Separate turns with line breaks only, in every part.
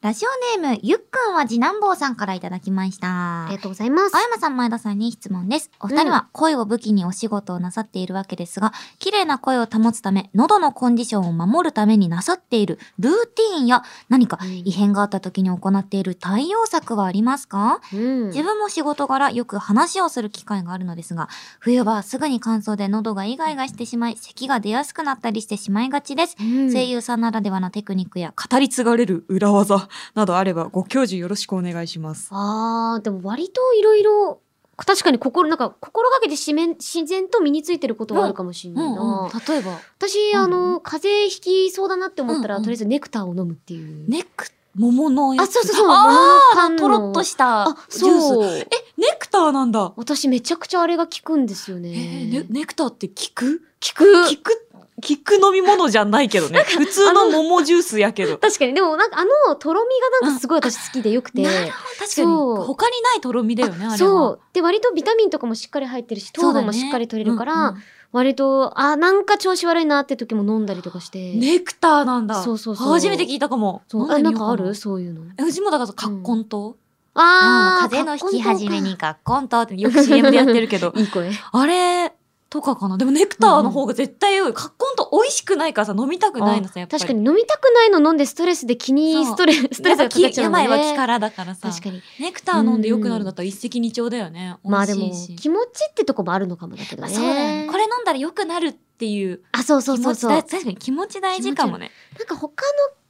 ラジオネーム、ゆっくんは次男坊さんからいただきました。
ありがとうございます
青。山さん、前田さんに質問です。お二人は声を武器にお仕事をなさっているわけですが、綺麗な声を保つため、喉のコンディションを守るためになさっているルーティンや、何か異変があった時に行っている対応策はありますか
うん
自分も仕事柄よく話をする機会があるのですが、冬場はすぐに乾燥で喉がイガイガしてしまい、咳が出やすくなったりしてしまいがちです。
うん
声優さんならではのテクニックや語り継がれる裏技などあればご教授よろしくお願いします。
あー、でも割といろいろ、確かに心、なんか心がけて自然自然と身についてることはあるかもしれないな。
例えば
私、
うん
あの、風邪ひきそうだなって思ったら、
うんうん
とりあえずネクターを飲むっていう。
ネク桃のや
あ、
つ
そうそうそう、
あ
缶
ーとろっとした
あ、
ジュース
そう。
えネクターなんだ。
私めちゃくちゃあれが効くんですよね。
えーねネクターって効く
効く
効く効く飲み物じゃないけど ね普通の桃ジュースやけど。
確かに、でもなんかあの、とろみがなんかすごい私好きで よくて。
なるほど確かに
そう
他にないとろみだよねあれは。
そう。で、割とビタミンとかもしっかり入ってるし、
そうだ
糖分
ね
もしっかり取れるから、
うん
割と、あ、なんか調子悪いなって時も飲んだりとかして。
うんネクターなんだ。
そうそうそう
初めて聞いたかも。
そう。
飲
あ、
で
な
み
ん
よう
かあるそういうの。
えうちもだからそう葛根糖。
あー、
風邪の引き
カッコン
始めに
と
カッコンとって よく CM でやってるけど
か。、いい声。
あれとかかな。でもネクターの方が絶対良い。カッコンと美味しくないからさ、飲みたくないのさ、やっぱり。
確かに飲みたくないの飲んでストレスで気に
そう
ストレス、ストレスがかかっちゃうのね。
やっぱ気病は気からだからさ。
確かに。
ネクター飲んで良くなるんだったら一石二鳥だよね。
まあ
美
でも、
味しいし。
気持ちってとこもあるのかもだけど
まあ
ね。
そうだよね。これ飲んだら良くなるっていう
あ、そう
気
そ
持
う
ち
そうそ
だ
う。
確かに気持ち大事かもね。
なんか他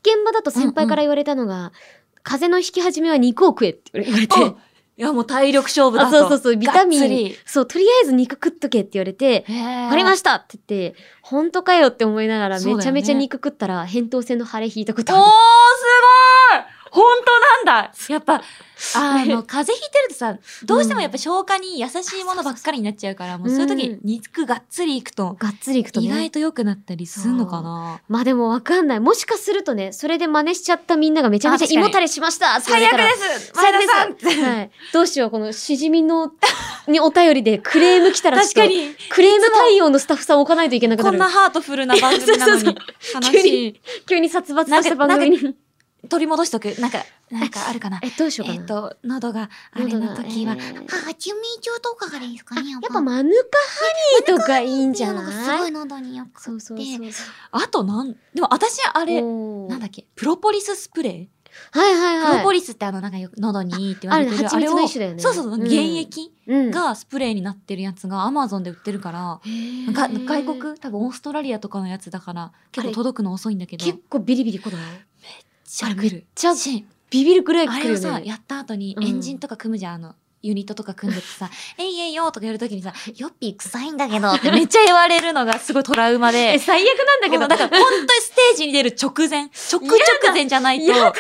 の現場だと先輩から言われたのが、風邪の引き始めは肉を食えって言われて。
あいやもう体力勝負だ
あ、
と。
そうそうそう、ビタミ
がっつ
ン。
り。
そう、とりあえず肉食っとけって言われて、わ
わ
かりましたって言って、本当かよって思いながら
そうだよね
めちゃめちゃ肉食ったら、扁桃腺の腫れ引いたこと
おー
ある。
すごい本当なんだやっぱ、あの、風邪ひいてるとさ、どうしてもやっぱ消化に優しいものばっかりになっちゃうから、もうそういう
う
時
ん、
肉がっつりいくと、
がっつりいくと
意
ね
外。と良くなったりすんのかな
まあでもわかんない。もしかするとね、それで真似しちゃったみんながめちゃめちゃ胃もたれしましたって言わ
最
れ
悪
たら
です
最
前
悪で
田
す
さん
はい。どうしよう、このしじみの、にお便りでクレーム来たら
確
ちょ
か
っと、
に、
クレーム対応のスタッフさん置かないといけなく
こ
なんる
な。ハートフルな番組なの
そうそう
に、悲しい。
急に殺伐とした番組に。
取り戻しとく。なんか、なんかあるかな
え、どうしようか
え
な。
っと、喉があれの時は、
喉がえー
あ、中味中とかがいいですか
あ
ね、
やっ
ぱ
ぱマヌカハニーとかいいんじゃな
っ
い
てうのがすごい喉によく
そうそうそうそう。
あとなん、でも私あれ、
おー
なんだっけ、プロポリススプレー、
はいはいはい。
プロポリスってあの、なんかよく喉にいいって言われてる。
ああれね蜂蜜の一種だよね
をそうそうそう、
うん
原液
うん、
がスプレーになってるやつがアマゾンで売ってるから、
へー
が外国、多分オーストラリアとかのやつだから、結構届くの遅いんだけど、
結構ビリビリこだわ。
ちゃ来る。
じゃあ
し
ビビるくらい
あ
来る
れを
よ
さ、
ね。
やった後に
うん
エンジンとか組むじゃん、あの、ユニットとか組んでて さ、えいえいよとかやるときにさ、よっぴー臭いんだけどってめっちゃ言われるのがすごいトラウマで
え、。最悪なんだけ
も
ど、
うだから本当にステージに出る直前、直直前じゃない
や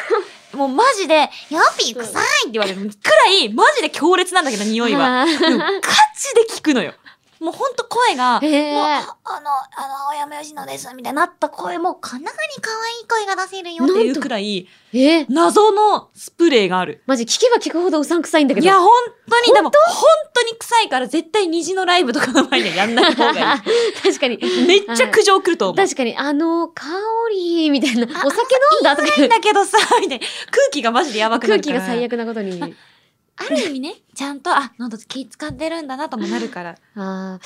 と、もうマジで、やっぴー臭いって言われるくらい、マジで強烈なんだけど、匂いは。
あ
で
ー
もガチで聞くのよ。もうほんと声が、
へえ
もう、ああの、あの、青山吉野です、みたいになった声も、かなり可愛い声が出せるよっていうくらい、
えー
謎のスプレーがある。
マジ聞けば聞くほどうさんくさいんだけ
い
ど。
や、本当に、でも、本当に臭いから、絶対虹のライブとかの前にはやんない方がい
確かに。
い。めっちゃ苦情来ると思う。
確かに、あの、香り、みたいな。お酒飲んだとか
いいんだけどさ、みたいな。空気がマジでやばくな
空
るか
気
ら。
が最悪なことに。
ある意味ね、ちゃんと、あ、喉気使ってるんだなともなるから。
あ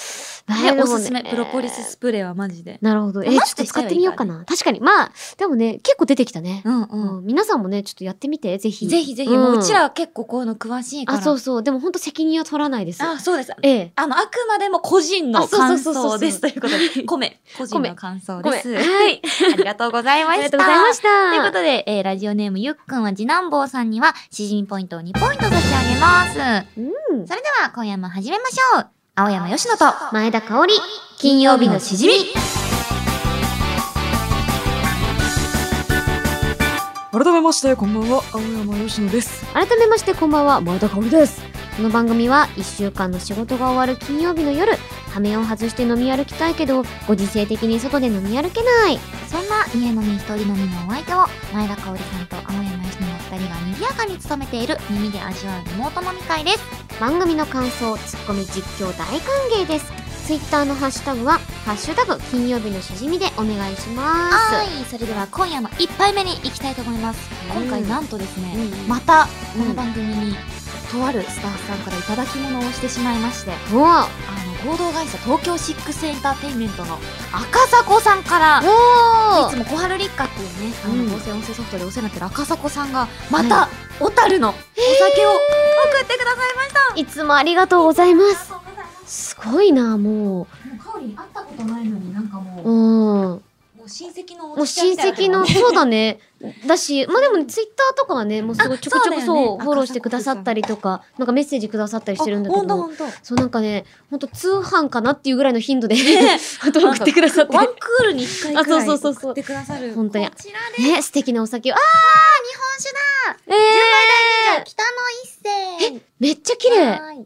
あ、
ね、
で
お
もね
すすめ、プロポリススプレーはマジで。
なるほど。え、ちょ
マ
っ
ス
と
ク
使ってみようかな。確かに。まあ、でもね、結構出てきたね。
うん
う、
うん
皆さんもね、ちょっとやってみて、ぜひ。
ん。ぜひぜひ、
ん
もううちらは結構こういうの詳しいから。
あ、そうそう。でも本当責任は取らないです。
あ、そうです。
ええ。
あの、あくまでも個人の
あそうそう
感
そうそう
想ですということ で、米、個人の感想です。
ごめんはい。
ありがとうござい
あ
ま
り
し
が
た。
とうございました。
ということで、えーラジオネームゆっくんは次男坊さんには、しじみポイントを2ポイント差し上げます。
うん
それでは、今夜も始めましょう。青山よしのと、
前田香織、金曜日のしじみ。
改めましてこんばんは青山佳乃です
改めましてこんばんは、前田香織です。この番組は、一週間の仕事が終わる金曜日の夜、羽目を外して飲み歩きたいけど、ご時世的に外で飲み歩けない。
そんな家飲み一人飲みのお相手を前田香織さんと青山由伸のお二人が賑やかに務めている耳で味わうリモート飲み会です
番組の感想、ツッコミ、実況大歓迎です。ツイッターのハッシュタグは、ハッシュタグ金曜日のしじみでお願いします。
はい、それでは今夜の一杯目に行きたいと思います。
うん
今回なんとですね、
うん
また
う
こ
ん
の番組に、とあるスタッフさんから頂き物をしてしまいまして、
おー
あの、合同会社東京シックスエンターテインメントの赤迫さんから、
お
いつ
ー
も小春立花っていうね、あの
うん
合成音声ソフトでお世話になってる赤迫さんが、また、小樽のお酒を送ってくださいました。
いつもありがとうございま
あり
す。
がとうございます
ごいな、も
す。もうカオリに会ったことないのになんかも
う。
う、
う
も
ん。
う親戚の
も
お
う
じちゃん
親
みたいな
戚の、そうだ ね。だし、まあでもねツイッターとかはね、もうすごいちょこちょこ
そうだよね
そう、フォローしてくださったりとか、なんかメッセージくださったりしてるんだけ
あほんと
ど、
ほんと。
そうなんかね、ほんと通販かなっていうぐらいの頻度で、
ね
あと送ってくださって
ワン。クールに一回くら
あ
い
そうそうそうそう
送ってくださる。
本当に
こちらで
ね、素敵なお酒を。あー、日本酒だえ
北の一世。え、
ー、めっちゃ綺麗。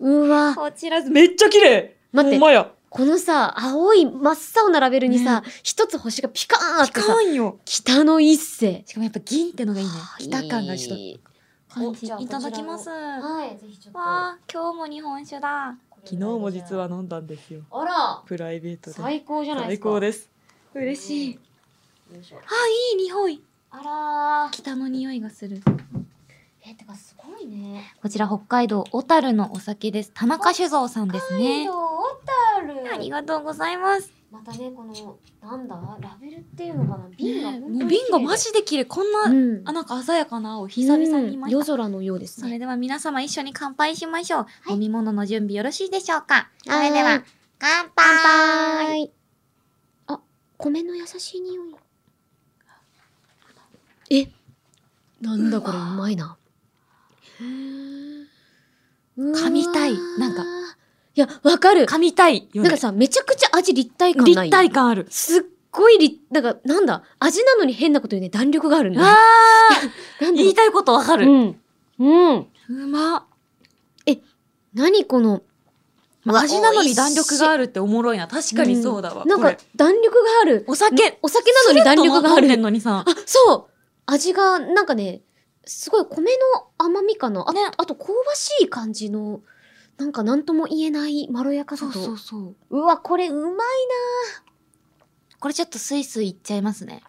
うわ。
こちら、
めっちゃ綺麗
待って
ほんまや
このさ、青い真っ青なラベルにさ、一つ星がピカーンあってさ、
んよ
北の一世。
しかもやっぱ銀ってのがいいね。北感がちょっ
いい
と感じ。
おじゃあ
いただきます。わ
はい、ぜひちょっと。
あ、今日も日本酒だ。
昨
昨日も実。は飲んだんですよ
あら、
プライベートで
最高じゃないで
最
すか。
高です
嬉しい。
よいしょ
あ、いい匂い。
あらー。
北の匂いがする。
え、てかすごいね。
こちら北海道小樽のお酒です。田中酒造さんですね。
小
あ
樽。
りがとうございます。
またね、この、なんだ、ラベルっていうのかな、瓶が本
ね
当に綺麗で。
もう瓶がマジで綺麗。こんな、
うん。
あ、なんか鮮やかな青、久々に見ました。
夜空のようです
そ
ね。
れでは皆様一緒に乾杯しましょう。
い
飲み物の準備よろしいでしょうか。そ
はい
れでは、乾杯
乾杯。あ、米の優しい匂い。え、なんだこれうまいな。噛
噛みたいなんか。
いや、わかる。
噛みたい
なん
よね
かさ、めちゃくちゃ味立体感ない。
立体感ある。
すっごい立、なんか、なんだ、味なのに変なこと言うね、弾力があるんだ。
あ
なんだ
言
ろ
いたいことわか
う
る。
うん。うん。
うま。
何この、
まあ味なのに弾力が
あ
あるっておもろいな。確かにそうだわ。
なん
こ
か
れ、
弾力がある。
お酒、
お酒なのに弾力があ
スルッと飲んで
る。
んのにさ
あ。、そう味が、なんかね、すごい米の甘みかな。あ,、
ね
あと香ばしい感じの、なんかなんとも言えないまろやかさと。
うそう。
うわ、これうまいな。
これちょっとスイスイいっちゃいますね。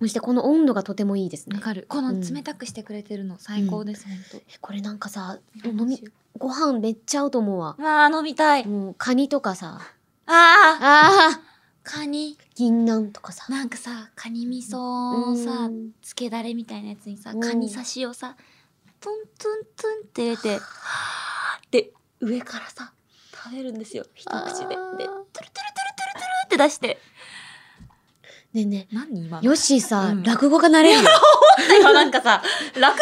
そしてこの温度がとてもいいですね
わ。かる。この冷たくしてくれてるの最高です、ほん
えこれなんかさ、
と
飲み、。ご飯めっちゃ合うと思うわ。
まあ、飲みたい。
もうカニとかさ、
ああ
ああ
カニ。
銀杏とかさ。
なんかさ、カニ味噌をさ
う、ん
つけだれみたいなやつにさ、
うん
カニ刺しをさ、トントントンって入れて、で、上からさ、食べるんですよ。一口で。で、トゥルトゥルトゥ
あー
ルトゥルトゥルトゥルって出して。
ねえね
何今
え、ヨッシーさ、
うん
落語がなれ るの
今なんかさ、落語だっ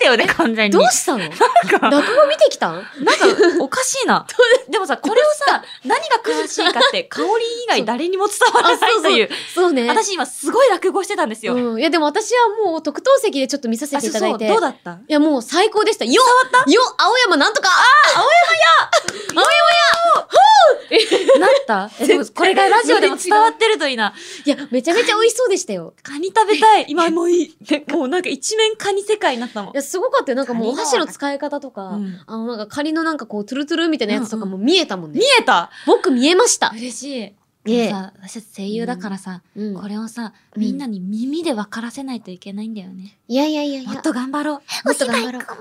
たよね、完全に。
どうしたの 落
か
語見てきたん
なんか、おかしい な。でもさ、これをさ、何が悲しいかって、香り以外誰にも伝わらないという。
そうね。
私今すごい落語してたんですよ。
うん、いやでも私はもう特等席でちょっと見させ
あ
て
そ
いうただ
そ
いうて。
どうだった
いやもう最高でした。よよ青山なんとか
なったえでもこれがラジオでも伝わってるといいな。
いや、めちゃめちゃ美味しそうでした よ。
カニ食べたい。今もうい い。でもうなんか一面カニ世界になったもん
い。や、すごかったよ。なんかもうお
カニが
箸の使い方とか、
うん
あのなんか仮のなんかこう、トゥルトゥルみたいなやつとかも見えたもんね。
見えた
僕見えました。
嬉しい。
ええ
さ私たち声優だからさ、
うん
これをさ、
うん
みんなに耳で分からせないといけないんだよね。
いやいやいやいや。
もっと頑張ろう。
もっと頑張ろう。頑張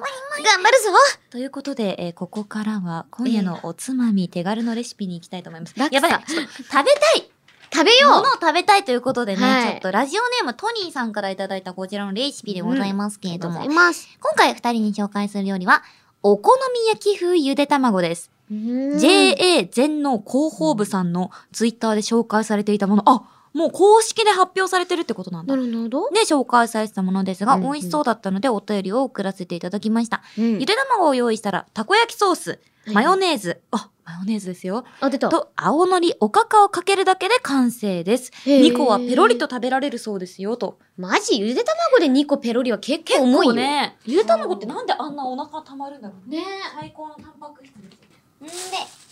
るぞ
ということで、えーここからは今夜のおつまみ手軽のレシピに行きたいと思います。
ラクサ
やばいちょっと食べたい
食べ
も
よ
のを食べたいということでね、
はい
ちょっとラジオネームトニーさんからいただいたこちらのレシピでございますけれ
う
ども、今
ます。
回二人に紹介する料理は、お好み焼き風ゆで卵です。
JA
JA 全農広報部さんのツイッターで紹介されていたもの、あ、もう公式で発表されてるってことなんだ。
な
ね、
るほど。
紹介されてたものですが、
うんうん
美味しそうだったのでお便りを送らせていただきました。
ゆ
ゆで卵を用意したら、たこ焼きソース、マヨネーズ、あ、マヨネーズですよ。
あ、出た。
と、青のり、おかかをかけるだけで完成です。
へー
2個はペロリと。食べられるそうですよ、と。
マジゆで卵で2個ペロリは結構重いよ。
ね。ゆで卵ってなんであんなお腹たまるんだろうね。最高のタンパク質です。んで、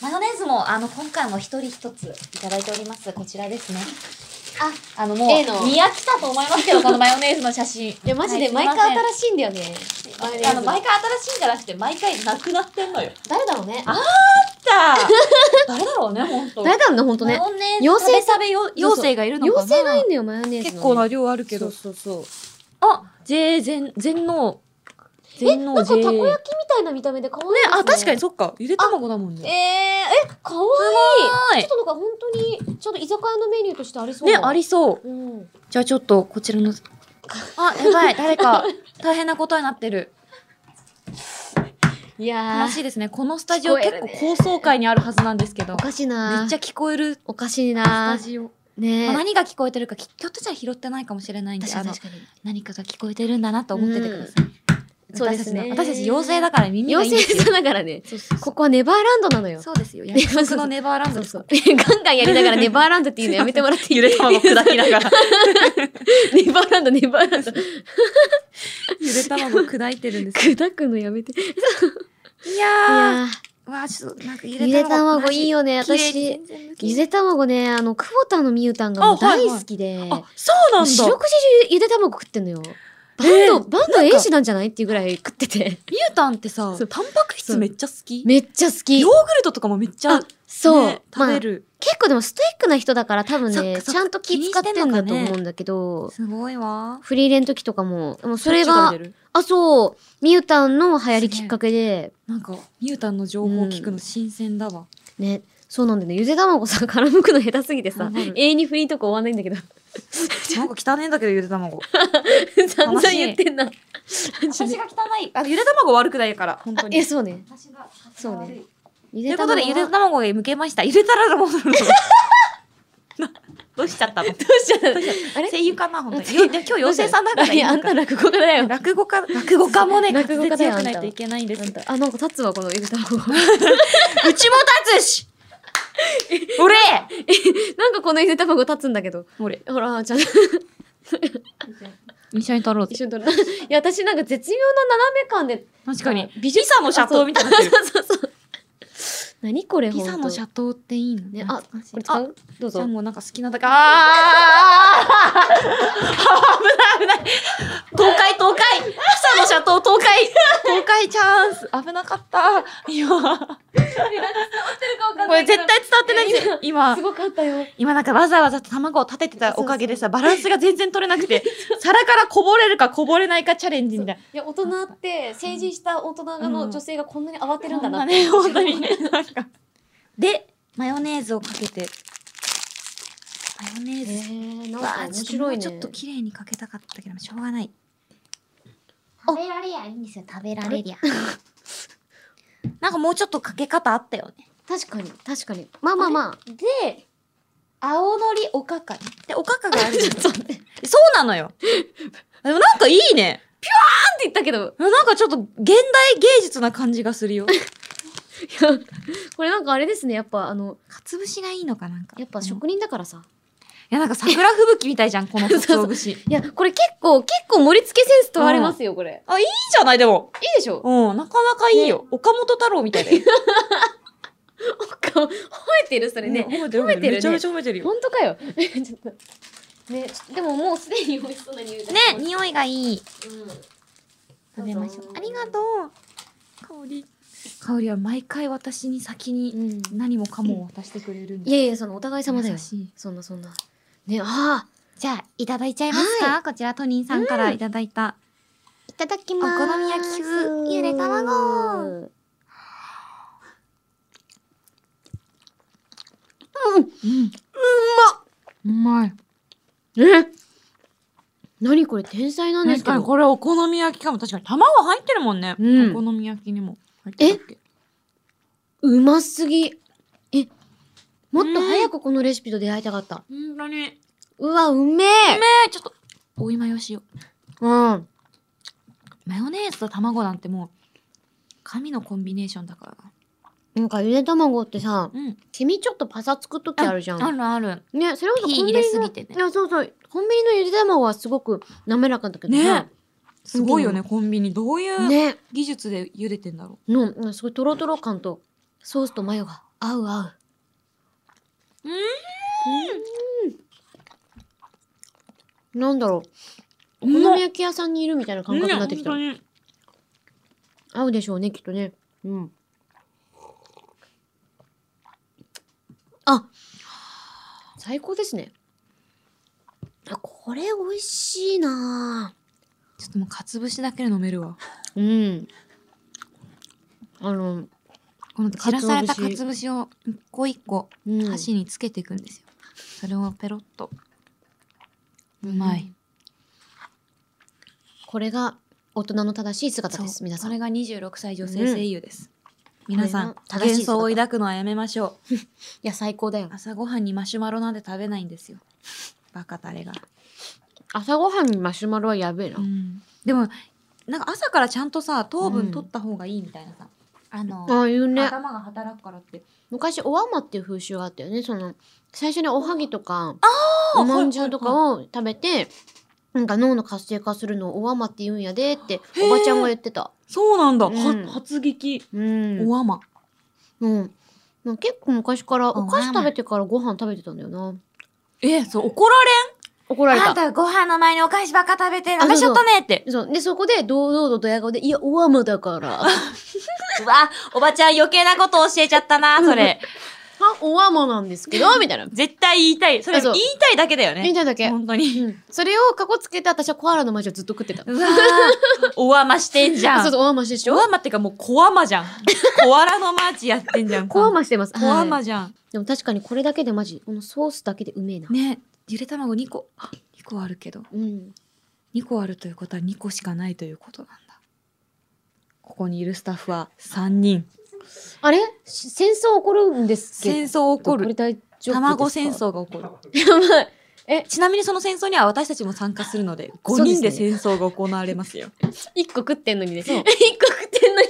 マヨネーズも、あの、今回も一人一ついただいております。こちらですね。
あのもう
A の
見飽きたと思いますけどこのマヨネーズの写真い
いや、マジで毎回新しいんだよね。
あの毎回新しいんじゃなくて毎回なくなってんのよ
誰だろうね。
あだ誰だろうね本当
誰だろうね、ほんとね。
妖精食べ食べ
そうそう
妖精がいるのかな
妖精ないんだよ、マヨネーズのね。
結構な量あるけど。
そうそうそう。
あ、ぜ、全、全能。全能
なんか
ぜ。
たこ焼きみたいな見た目で可愛いですね。
あ、確かに。そっか。ゆで卵だもんね。
えー、え、可愛い
は
ちょっとなんか本当に、ちょっと居酒屋のメニューとしてありそ
いうね、
な。
ありそう。
うん。
じゃあちょっと、こちらの。あ、やばい、誰か。大変なことになってる。
いや
悲
ー、
しいですね。このスタジオ
聞こえ
結
る
構
ね
高層階にあるはずなんですけど。
お
め
かしいな
っちゃ聞こえるス
おかしい
タ
な
ジオ。まあ
ね
何が聞こえてるか、きひょっとしたら拾ってないかもしれないんで、
確か
あ
に
の
確、かに。
何かが聞こえてるんだなと思っててください。
そうですね
私たちの私たち妖精だから耳がいいん
妖
です
精
よ。
さながらね、
そうそうそ
ここはネバーランドなのよ
う。。そうですよ。約束のネバーランド
そう
です
そう。 ガンガンやりながらネバーランドっていうのやめてもらっていい
ゆで卵砕きながら。
ネバーランド、ネバーランド。
ゆで卵砕いてるんですよ。
砕くのやめて。い
いや
や
ー、わあ、ちょっと、なんかゆ
ー、ゆで卵いい
よ。
よね、
マジ綺麗
私
に。全然むき
ゆで卵ね、あの、久保田のみゆたんがもう
あはい
大
はい
好きで、
あ、そうなんだ。
四六時中ゆで卵食ってんのよ。バンド、バンド英子なんじゃないっていうぐらい食ってて。
ミュータンってさ
そう
タンパク質めっちゃ好き
めっちゃ好き
ヨー。グルトとかもめっちゃ、
あそう。
ね食
まあ
べ、る。
結構でもストイックな人だから多分
そっ
ね、
かそっ
ち
か
ゃんと気使ってんだと思うんだけど、
すごいわ。
フリーレン時とかも、でもそれ
どっ
が
ち食べ、てる
あ、そう、みゆたんの流行りきっかけで、
なんか、ミュータンの情報聞くの新鮮だわ。
ね、そうなんだよね。ゆで卵さ、 絡むくの下手すぎてさ
わかる、
永遠にフリーとこ終わんないんだけど、
なんか汚ねえんだけど、ゆで卵。
散々言ってんな。
私が汚い。
あのゆで卵悪くないから、本当
いや、
に。
そうね。
私が。
そうね
とい
ゆ
うことで、ゆで卵へ向けました。ゆでたらも う。どうしちゃったの
あれ
声優かな本当に。よでも今日妖精さんだから
い や、あんた落語家だよ。
落語家、落語家もね、
落
落
語
語
家
家
だよ
強くないといけないんです。うちも
あ、なんか立つわ、このゆで卵。
立つし俺
なんかこのゆで卵立つんだけど。
俺。
ほら、ちゃん
一緒に撮ろう
一緒に撮る。 いや、私なんか絶妙な斜め感で。
確かに。
美
ピサの斜塔みたいになってる。
そうそうそう。何これ、
ピサの斜塔っていいの
ね
ね。
あ
あ、
塔。これ使うどう
じゃあ
ぞ。
もうなんか好きなだけ。あー危ない危ない。東海東海。草の斜塔東海。東海チャンス。危なかった。今。これ絶対伝わってないんですよ。今
す。ごかったよ。
今なんかわざわざ卵を立ててたおかげでさ、バランスが全然取れなくて、皿からこぼれるかこぼれないかチャレンジみたい
いや、大人って、成人した大人の
うん
女性がこんなに慌てる
な。
んだなって。
ね、本当にね。なんか。で、マヨネーズをかけて。マヨネー
え
ズ。
ー、なん
わ
か
あ、
面
ちょっと
白
も
いうね。
ちょっと綺麗にかけたかったけど、しょうがない。
食べられやいいんですよ食べられりゃ
なんかもうちょっとかけ方あったよね。
確かに、確かに。まあま あまあ。
で青のりおかかに
で、おかかがあるじゃん
ちょっと待って。って
そうなのよ。でもなんかいいね。
言ったけど、
なんかちょっと現代芸術な感じがするよ。
これなんかあれですね、やっぱあの、
かつぶしがいいのかなんか。
やっぱ
い
職人だからさ。
や、なんか桜吹雪みたいじゃん、このかつお節。いいじ
いや、これ結構、結構盛り付けセンス問われますよ、これ。
ゃない、でも。
いいで しょ
うん、なかなかいいよ。岡本太郎みたいで。
顔、吠えてる、それね。
褒めてる
褒めてるね
めちゃめちゃ褒めてるよ。
本当かよ。 ちょっと。ね、でももうすでに美味しそうな匂いだ。
ね、匂いがいい。
うん。
食べましょう。ありがとう。香り。香りは毎回私に先に
うん。
何もかもを渡してくれるん
い
で。
やいや、その、お互い様だよ
優。しい
そんなそんな。ね、ああ、
じゃあ、いただいちゃいますかこちら、トニーさんからいただいた。
いただき
ま
ますす。
ゆで卵
うん。
うん。うまうまい。
え何これ、天才なんです
確
け
かに
ど。
これお好み焼きかも。確かに卵入ってるもんね。
うん
お好み焼きにも入ってたっけ。
うますぎ。え、もっと早くこのレシピと出会いたかった。
ほんとに。ね
うわ、うめえ。
え、ちょっと、お今よしよ
う
う。
ん。
マヨネーズと卵なんてもう、神のコンビネーションだから。
なんかゆで卵ってさ、
うん。
黄身ちょっとパサつく時あるじゃ
あ
ん。
るある。
ね、それこそコ
火
ンビ
入
ニの
れすぎてね
い。や、そうそう。コンビニのゆで卵はすごく滑らかだけどさ
ね。すごいよね、コンビニ。どういう
ね。
技術で茹でてんだろ
の、うんすごいトロトロ感と、ソースとマヨが合う合う。
う。う
なんだろう。お
うまっ
好み焼き屋さんにいるみたいな感覚になってきた。
ね
合うでしょうね、きっとね。うん。あ最高ですね。あ、これ美味しいな
ちょっともうかつぶしだけで飲めるわ
ぁうん。あの、
この散らされたかつぶしを一個一個
うん、
箸につけていくんですよ、それをペロッとうまい、
これが大人の正しい姿です、皆さ
こ
ん。
れが26歳女性声優です、皆さん
これが正しい
幻想を抱くのはやめましょう
いや、最高だよ。
朝ごはんにマシュマロなんて食べないんですよバカタレが、
朝ごはんにマシュマロはやべえな。
でもなんか朝からちゃんとさ糖
うん
分取った方がいいみたいなさ、あの、
ああいうね。
頭が働くからって
昔、おわまっていう風習があったよね。その、最初におはぎとか、
あ
おまんじゅうとかを食べて、なんか脳の活性化するのをおわまって言うんやでって、
へー
おばちゃんが言ってた。
そうなんだ、は
うん
発撃
うん。
おあま
うん。なんか結構昔から、
お
お
わま
菓子食べてからご飯食べてたんだよな。
えそう怒ら
怒られ
あん
た。
たご飯の前にお菓子ばっか食べて
あ
ダメし
そう
ょ
そう
っとねって
そう。で、そこで、堂々とドヤ顔で、いや、おわまだ から。
うわおばちゃん余計なこと教えちゃったなそれ
あ、おわまなんですけど、みたいな。
絶対言いたいそれ
あそ
言
う
いたいだけだよ
み
ね
たいだけ。
本当に
うんそれをかこつけて、私はコアラの街をずっと食ってた。
うわーおあましてんじゃん
そうそう、おわましでしょ
コアマってかもうコアマじゃん。コアラのマーチやってんじゃん。
コアマしてます。
コア
は
マ
い
じゃん。
でも確かにこれだけでマジ、このソースだけでうめえな。
ねゆで卵2個。あ2個あるけど。
うん。
2個あるということは2個しかないということなんだ。ここにいるスタッフは3人。
あれし戦争起こるんですけど。
戦争起こ
これ
る。
大丈夫ですか
卵戦。争が起こる。
やばい。
ちなみにその戦争には私たちも参加するので、5人で戦争が行われますよ。
一個食ってんのにね。 一個食ってんのに。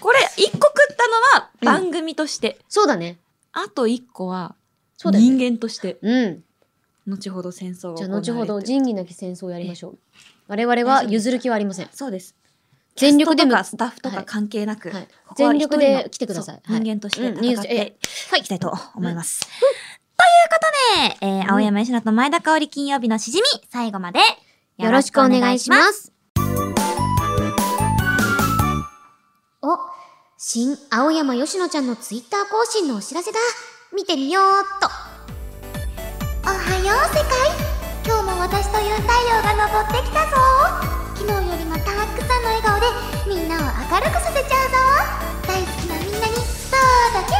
これ1個食ったのは
うん
番組として、
そうだね。
あと1個は
そうだよね。
人間として、
うん。
後ほど戦争が
じ
行
ゃあ、
われて
後ほど仁義なき戦争をやりましょう。我々は譲る気はありません。
そうです。
全力で
キ
向
ャストとかスタッフと
は
か
い
関係なく、
はい
ここは
全力
一人
で
の
来てください
そう
はい
人間として
うん
戦っ
いや
ていきたいと思います。ということで、えー
ん
青山吉乃と前田香織金曜日のしじみ、最後まで
よろしくお願いします。お、新青山よしのちゃんのツイッター更新のお知らせだ。見てみようっと。
おはよう世界今日も私という太陽が昇ってきたぞ昨日よりもたくさんの笑顔でみんなを明るくさせちゃうぞ大好きなみんなにスターだけ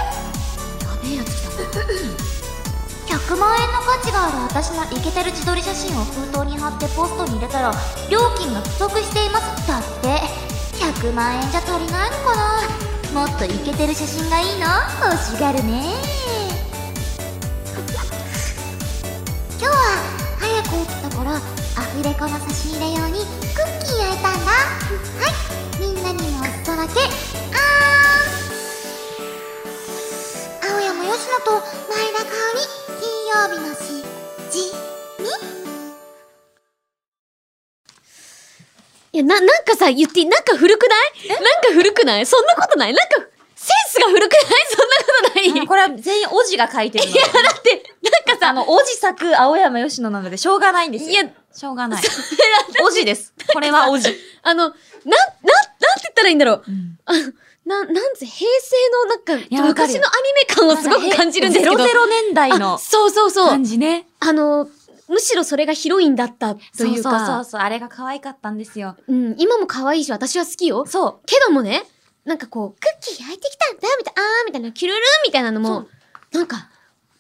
やべえやつ来
100万円の価値がある私のイケてる自撮り写真を封筒に貼ってポストに入れたら料金が不足していますだって100万円じゃ足りないのかなもっとイケてる写真がいいの欲しがるね今日は早く起きたからアフレコの差し入れ用にクッキー焼いたんだはいみんなにもお裾分けあーん青山よしのと前田香織金曜日のしじ
た。いや、な、なんかさ、言っていい、なんか古くないなんか古くないそんなことないなんか、センスが古くない そんなことない
これは全員おじが書いてるので、
だって、なんか
あ
さ、
の、おじ作青山吉乃なのでしょうがないんですよ。
いや、
しょうがない。 おじです。これはお じ。
あの、なん、なん、なんて言ったらいいんだろう。
うん
あのな、なんつ、平成のなんか、
やわかる
昔
よ
のアニメ感をすごく感じるんですけど。
ゼロゼロ年代の
あそうそうそう
感。じね。
あの、むしろそれがヒロインだったという
そうそうそう
か、
そう、あれが可愛かったんですよ。
うん、今も可愛いし私は好きよ。
そう。
けどもね、なんかこう、クッキー焼いてきたんだ、みたいな、あーみたいな、キュルルみたいなの
そ
も
う、
なんか、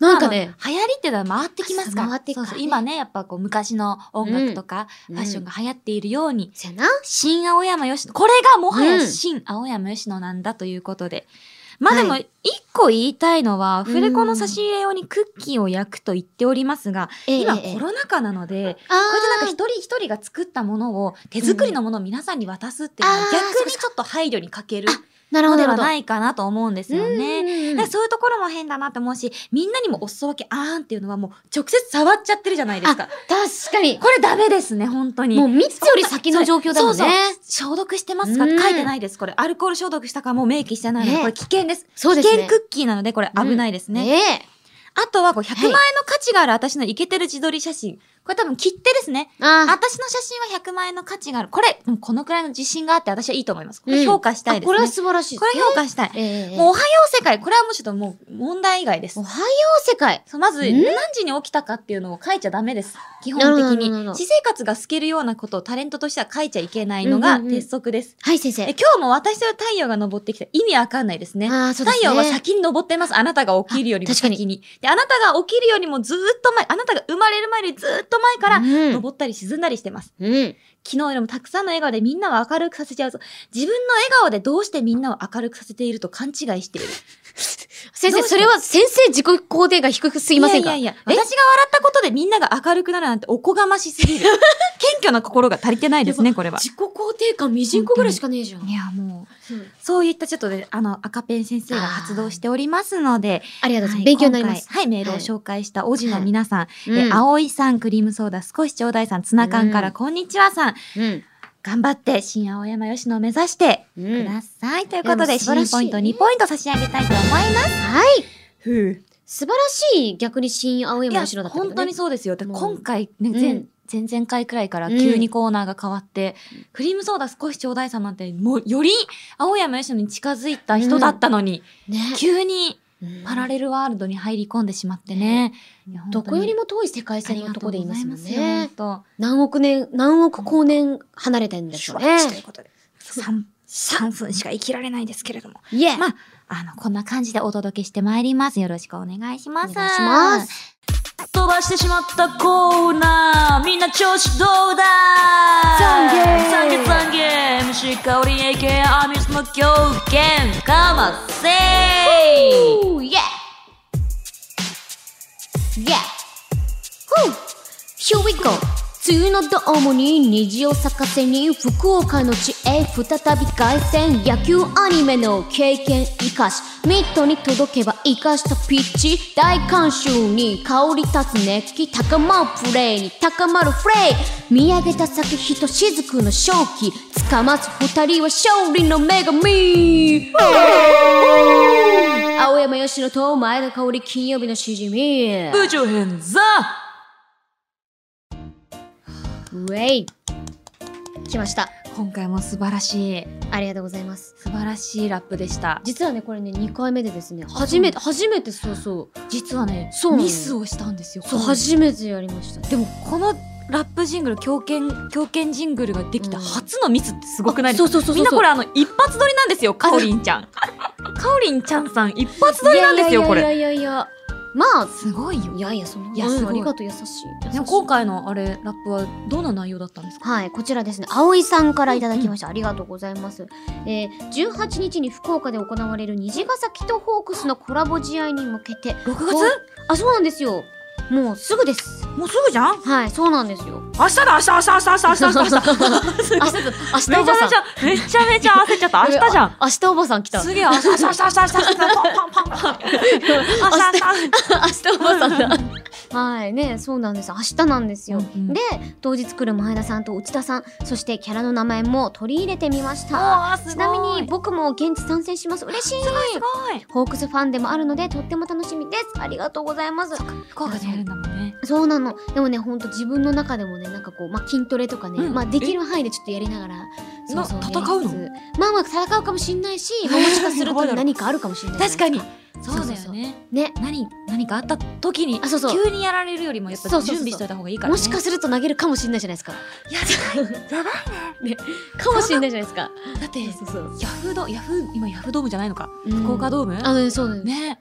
なんかね、
まあ流行りってのは回ってきますから。
回ってくからね
そうそう今ね、やっぱこう昔の音楽とか、
うん
ファッションが流行っているように、
そやな。
新青山よしこれがもは
う
や
ん
新青山よしのなんだということで。まあでも、
は
一個言いたいのは、
ん
フレコの差し入れ用にクッキーを焼くと言っておりますが、
ええ
今
ええ
コロナ禍なので、
あ
こうやってなんか
ー
一人一人が作ったものを、手作りのものを皆さんに渡すっていうのは
あー
逆にちょっと配慮に欠ける
なる
の
ほど、
で
なる
は
ほど。
ないかなと思うんですよね。
うん
だからそういうところも変だなと思うし、みんなにもお裾分けあーんっていうのはもう直接触っちゃってるじゃないですか。
確かに。
これダメですね、本当に。
もう3つより先の状況だもん
そう
ね。
消毒してますか
うん
書いてないです、これ。アルコール消毒したかもう明記してないの
ね
で、これ危険です。
そうですね
危険クッキーなので、これ危ないですね。
ねえ。
あとはこう100万円の価値がある私のイケてる自撮り写真。これ多分切手ですね。
あ
私の写真は100万円の価値がある。これ、でもこのくらいの自信があって私はいいと思います。こ
うん
れ評価したいですね。
これは素晴らしい。
これ評価したい。
ええ
もうおはよう世界。これはもうちょっともう問題以外です
お。はよう世界。
そうまず、
ん
何時に起きたかっていうのを書いちゃダメです。基本
なるほど
的
なる
に
ほど。
私生活が透けるようなことをタレントとしては書いちゃいけないの
う
が
んうんうん
鉄則です。
はい、先生。
え今日も私は太陽が昇ってきた意味わかんないですね。
ああ、そうで
太
すね。
陽は先に昇ってます。あなたが起きるよりも
あ確か
先
に
に。で、あなたが起きるよりもずーっと前、あなたが生まれる前よりずーっと前から、
うん
昇ったり沈んだりしてます。
うん。
昨日よりもたくさんの笑顔でみんなを明るくさせちゃうぞ。自分の笑顔でどうしてみんなを明るくさせていると勘違いしている。
先
ど
生、
うして
それは先生自己肯定が低すぎませんか
いやいや
え
いや、私が笑ったことでみんなが明るくなるなんておこがまし すぎる。謙虚な心が足りてないですね、これは。
自己肯定感みじんこぐらいしかねえじゃん。
いや、もう、
うん
そういったちょっとね、あの、赤ペン先生が発動しておりますので、
ありがとうございます。
はい
勉強になります
今。回はい、メールを紹介したおじの皆さん、
うん
え、葵さん、クリームソーダ、少しちょうだいさん、ツナ缶か
う
ら
ん
こんにちはさん、
うん。
頑張って、新青山吉野を目指して
う
く
ん。は
ださい。とい
い
うこと
やもう
で、
素晴らしい
新ポイント2ポイント差し上げたいと思います。
い。
ふう。
素晴らしい、逆に新青
い
山
や、
後ろだったけどね。
本当にそうですよ。で
もう
今回ね、
うん
前前々回くらいから急にコーナーが変わって、クリームソーダ少しちょうだいさんなんて、もうより青山吉野に近づいた人だったのに、
ね。
急に
うん
パラレルワールドに入り込んでしまってね。いや
どこより
も
も遠い世界線のとこでいますもんね。
本
何億年、何億光年離れてるん
当。
です
手
よ
話
ね。
ということで。3、3分しか生きられないですけれども。
いえ。
まあの、こんな感じでお届けしてまいります。よろしくお願いします。
お願いします。
飛ばしてしまったコーナーみんな調子どうだ
懺悔
懺悔懺悔 MC 香り AK アミスの狂言かませ
おーイエイイエイ
Here we go! 梅雨のどうもに虹を咲かせに福岡の地へ再び凱旋野球アニメの経験生かしミッドに届けば生かしたピッチ大観衆に香り立つ熱気高まるプレーに高まるプレー見上げた先ひとしずくの正気つかまず二人は勝利の女神青山佳乃と前田香織金曜日のしじみ
部長編ザ
ウェイ来ました。
今回も素晴らしい、
ありがとうございます。
素晴らしいラップでした。
実はね、これね、2回目でですね、初めて、初めてそうそう、
実はね
そうなのよ
ミスをしたんですよ
そう、
この
初めてやりました。
でもこのラップジングル狂犬狂犬ジングルができた
うん
初のミスってすごくないです
そう
か、
そうそうそう。
みんなこれあの一発撮りなんですよかおりんちゃんかおりんちゃんさん一発撮りなんですよこ
いや
れ
いやいやいや、まあ、
すごいよ
いやいや、その、
いや
うん
すご
あ
い
りがとう、優しい。
でも今回のあれラップはどんな内容だったんですか
はい、こちらですね。葵さんからいただきました。ありがとうございます。えー、18日に福岡で行われる虹ヶ崎とホークスのコラボ試合に向けて、
6
こうあ、そうなんですよ。もうすぐです。
もうすぐじゃん
はい、そうなんですよ。
明日だ明日明日明日明日明 日明日
明日、明日おばさん。
めちゃめちゃ焦っちゃった明日じゃん
明日おばさん来た。明
すげえ明日明日明日明日明日パンパンパンパン明日明日
日おばさんだ。はいね、そうなんです。明日なんですよ。
うんうん
で、当日来る前田さんと内田さん、そしてキャラの名前も取り入れてみまし
お
た。
ーすごい
ちなみに僕も現地参戦します。嬉しい。
すごい
ホークスファンでもあるので、とっても楽しみです。ありがとうございます。
福岡でやるんだもんね
そうなの。でもね、ほんと自分の中でもね、なんかこう、まあ、筋トレとかね、
うん
まあ、できる範囲でちょっとやりながら、そうそう
な
やり
戦うの
つつまあまあ、戦うかもしんないし、まあもしかする
やばいだ
と
ろ
何かあるかもしれないじゃない
確かに
そう
そうだ
そうそ
よ
う
ね
ね。
何何かあった時に
あそうそう
急にやられるよりもやっぱ
そう
準
そうそう
備しといた方がいいから、ね、
もしかすると投げるかもしれないじゃないですか。
や
かもしれないじゃないですか。
だって
そうそう。
ヤフードヤフー今ヤフードームじゃないのか、
福
福岡ドーム
あのね、そうだね。
ね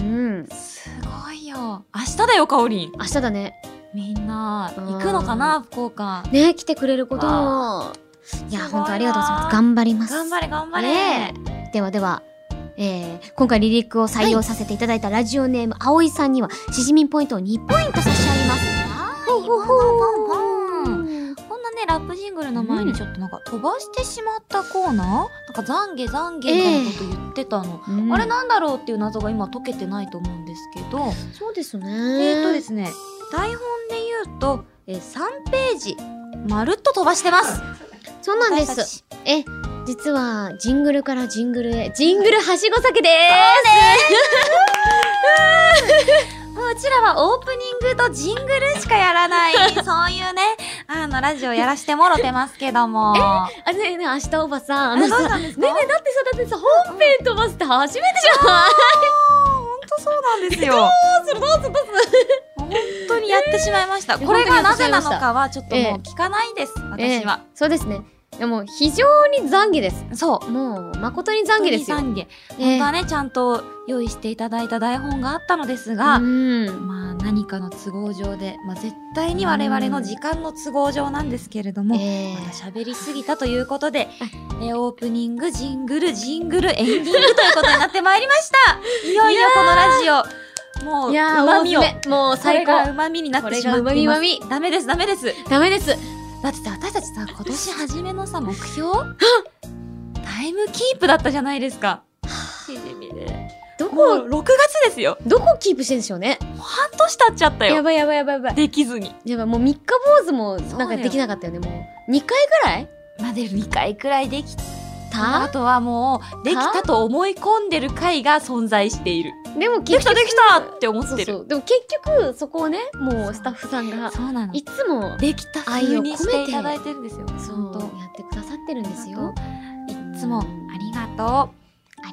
うん。
すごいよ明日だよかおりん
明日だね。
みんな行くのかな福岡
ね、来てくれることも。いや、
すごい
本
な
当ありがとうございます。頑張ります。
頑張れ頑張れ、
ねえではでは。えー、今回リリックを採用させていただいたラジオネーム、あお葵さんにはしじみんポイントを2ポイント差し上げます。
ほうほうほう
う
ほうんこんなねラップジングルの前にちょっとなんか飛ばしてしまったコーナーなんか懺悔懺悔みたいなこと言ってたの、あれなんだろうっていう謎が今解けてないと思うんですけど、
そうですね。。
えー、とですすね台本で言うと、えー、3ページまるっと飛ばしてます。
そうなんで
私た
す。
ち
え、実は、ジングルからジングルへ、ジングルはしご酒でーす
もううちらはオープニングとジングルしかやら ない、そういうね、あの、ラジオやらしてもろてますけども。え
あ、ねえねえ、明日おばさん、あのさ、ね
なんです
えねえ、だってさ、だってさ、本編飛ばすって初めてじ
本当そうな んですよ。どうするどうするどうする本当にやってしまいました。
え
これがなぜなのかはちょっともう聞かないです、
ゃんええ
私は。。
そうですね。でも、非常に懺悔です。
そう。
もう、誠に懺悔ですよ。
本当に懺悔
ええ
本当はね、ちゃんと用意していただいた台本があったのです
う
が、
ん。
まあ何かの都合上で、まあ、絶対に我々の時間の都合上なんですけれども、
ええ
また喋りすぎたということで、えーオープニング、ジングル、ジングル、エンディングということになってまいりましたいよいよこのラジオもう、
いうやー、
まみを、
大詰めもう
最
最
高がう
高。
まみになってしまってい
こ
ま
れ
す。
がうまみうま
ダメです、ダメです。
ダメです。
だってさ、私たちさ、今年初めのさ、目標タイムキープだったじゃないですか。しじみで。
ど
も
こ、
う6月ですよ。
どこキープしてんでしょうね。
もう半年経っちゃった
や
よ。
ばいやばいやばいやばい。
できずに。
やばい、もう三日坊主もなんかできなかったよね、もう。二回ぐらい
まあで2回くらいできた。あ
た
とはもう、できたと思い込んでる回が存在している。
でも
で
結
きた
局。
できたって思
そ
っ
う
てる。
そう。でも結局、そこをね、もうスタッフさんが、
そうなの
いつも、
できた風にしていただいてるんですよ。
そう
本当。
やってくださってるんですよ。
いっつもありがと
あ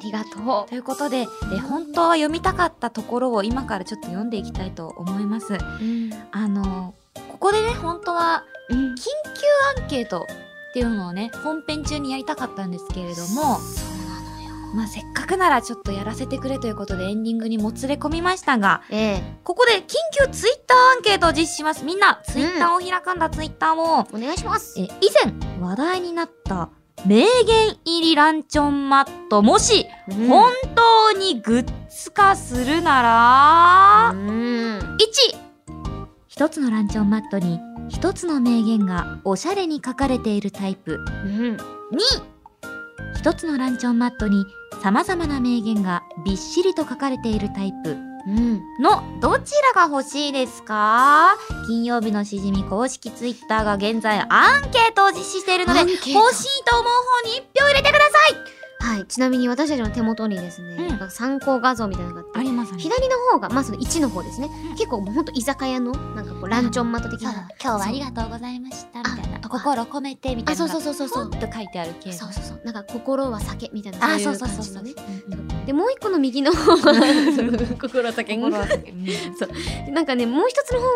りがと
う。ということで、え本当は読みたかったところを今からちょっと読んでいきたいと思います。
う。
あの、ここでね、本当は緊急アンケートっていうのをね、本編中にやりたかったんですけれども、まあせっかくならちょっとやらせてくれということでエンディングにもつれ込みましたが、
ええ、
ここで緊急ツイッターアンケートを実施します。みんな、ツイッターを開くんだ、ツイッターを。
お願いします。
えー以前話題になった名言入りランチョンマットもし
うん
本当にグッズ化するなら、
うん。
1一つのランチョンマットに一つの名言がおしゃれに書かれているタイプ
うん。
2一つのランチョンマットにさまざまな名言がびっしりと書かれているタイプ
うん。
のどちらが欲しいですか金曜日のしじみ公式ツイッターが現在アンケートを実施しているので
アンケ
欲
ー
し
ト
いと思う方に1票入れてくださ
はい。ちなみに私たちの手元にですね、
うん
なんか参考画像みたいなのがあって、
いあります
左の方が、まあその1の方ですね。結構もうほんと居酒屋の、なんかこう、ランチョンマット的
そう
な。
今日はありがとうございましたみたいな
あ
心込めてみた
あ、
いな
そう
の
そうそうそう
そ
そうう。
と書いてある系
そうそうそう。なんか心は酒みたいな。
あ
い
そうそうそう
感じ
そ
の
う
ね。
うん
で、もう一個の右の方は、 心は酒。
心は酒うん
なんかね、もう一つの方は、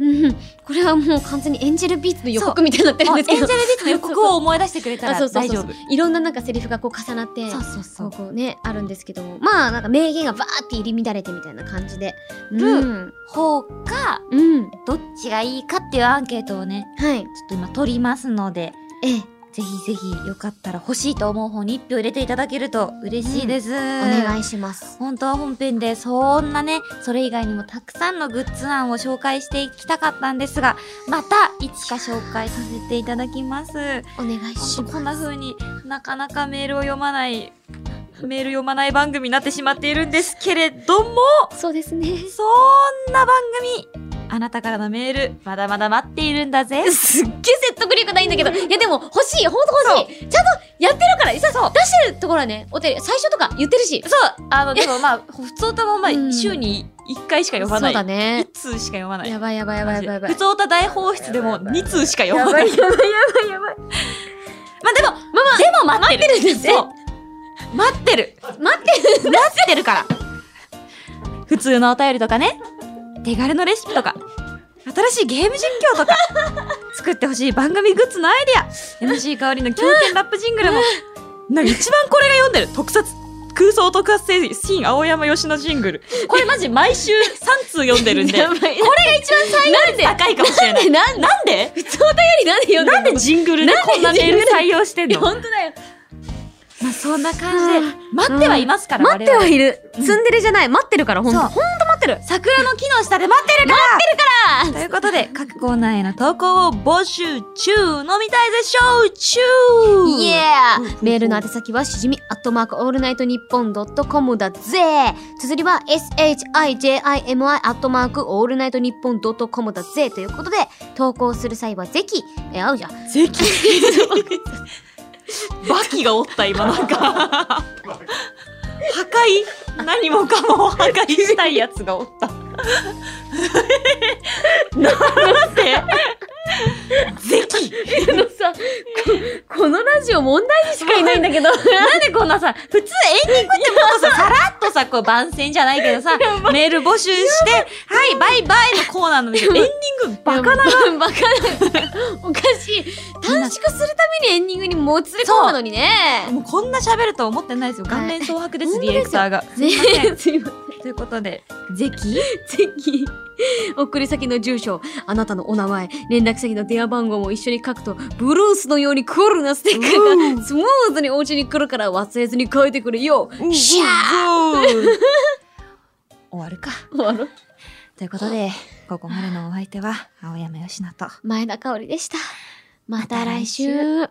うん、これはもう完全にエンジェルビーツの予告みたいになってるん
あエ
で
ン
す
ジ
け
ェルビ
ど。
ーツの予告を思い出してくれた
あそ
ら
うそう
大
そう
丈
そ
夫
ういろんななんかセリフがこう重なって、
そうそうそ
こ
う
うこうね、あるんですけど、まあなんか名言がバーって入り乱れてみたいな感じで。
る
うん。
ほか
うん。
どっちがいいかっていうアンケートをね
はい
ち。ょっと今取りますので
ええ、
ぜひぜひよかったら欲しいと思う方に1票入れていただけると嬉しいです。
お願いします。
本当は本編でそんなね、それ以外にもたくさんのグッズ案を紹介していきたかったんですが、またいつか紹介させていただきます。
お願いし
本当こん
ま
な
す。
風になかなかメールを読まない、メール読まない番組になってしまっているんですけれども、
そうですね。
そんな番組、あなたからのメール、まだまだ待っているんだぜ。
すっげえ説得力ないんだけど。いやでも欲しい、ほんと欲しい。ちゃんとやってるから、さ出してるところはね、お手入れ最初とか言ってるし。
そう、あの、でもまあ、普通ともまあ、
うん
週に1回しか読まな
そう
い。
だね
1。通しか読まない。
やばいやばいやばいやばいやばい
普。通歌大放出でも2通しか読まない。
ばいやばいやばい。
まあでも、でも待って
待
る。
ってるんですね
そう待ってる。
待って
待ってるから。普通のお便りとかね、手軽のレシピとか、新しいゲーム実況とか、作ってほしい番組グッズのアイディア、MC 香りの狂犬ラップジングルも、なんか一番これが読んでる。特撮。空想特撮シーン青山吉野ジングル。これマジ毎週3通読んでるん で、
や
こ
ば
れ
い
が一番最後に高いかもしれない。
なんで
なんで
普通お便りなんで読んで
なんでジングルでこんなメール採用してん
いや
の
本当だよ。
まあそんな感じで、待ってはいますから、
待ってはいいる。積んでるじゃない。待ってるから、ほんと。
そう
ほんと待ってる。
桜の木の下で待ってるから
あ
ということで、各コーナーへの投稿を募集中飲みたいぜしょう中
イエ
うん
ーメールの宛先はしじみアットマークオールナイトニッポンドットコムだぜ綴りは shijimi アットマークオールナイトニッポンドットコムだぜということで投稿する際はぜひえー、合うじゃ ん
ぜ きバキがおった今なん か破壊何もかもを破壊したいやつがおった
あのさ、こ このラジオ問題にしかいないんだけど。
なんでこんなさ、普通エンディングってもっと さ、さらっとさ、こう番宣じゃないけどさ、メール募集して、はい、バイバイのコーナーなのに、エンディングバカな。
な バカなおかしい。短縮するためにエンディングにもつれ込むのにね。
もうこんな喋るとは思ってないですよ。顔面蒼白です、
はい
ディレクターが。すいま せん。
すいま
ということで、ぜき
せん。ぜひ、送り先の住所、あなたのお名前、連絡先の電話番号も一緒に書くと、ブルースのようにクールなステッカーがスムーズにお家に来るから忘れずに書いてくれよ。 シャ
終わるか。
ー終わろ
ということで、ここまでのお相手は、青山よしなと。
前田香織でした。また来週。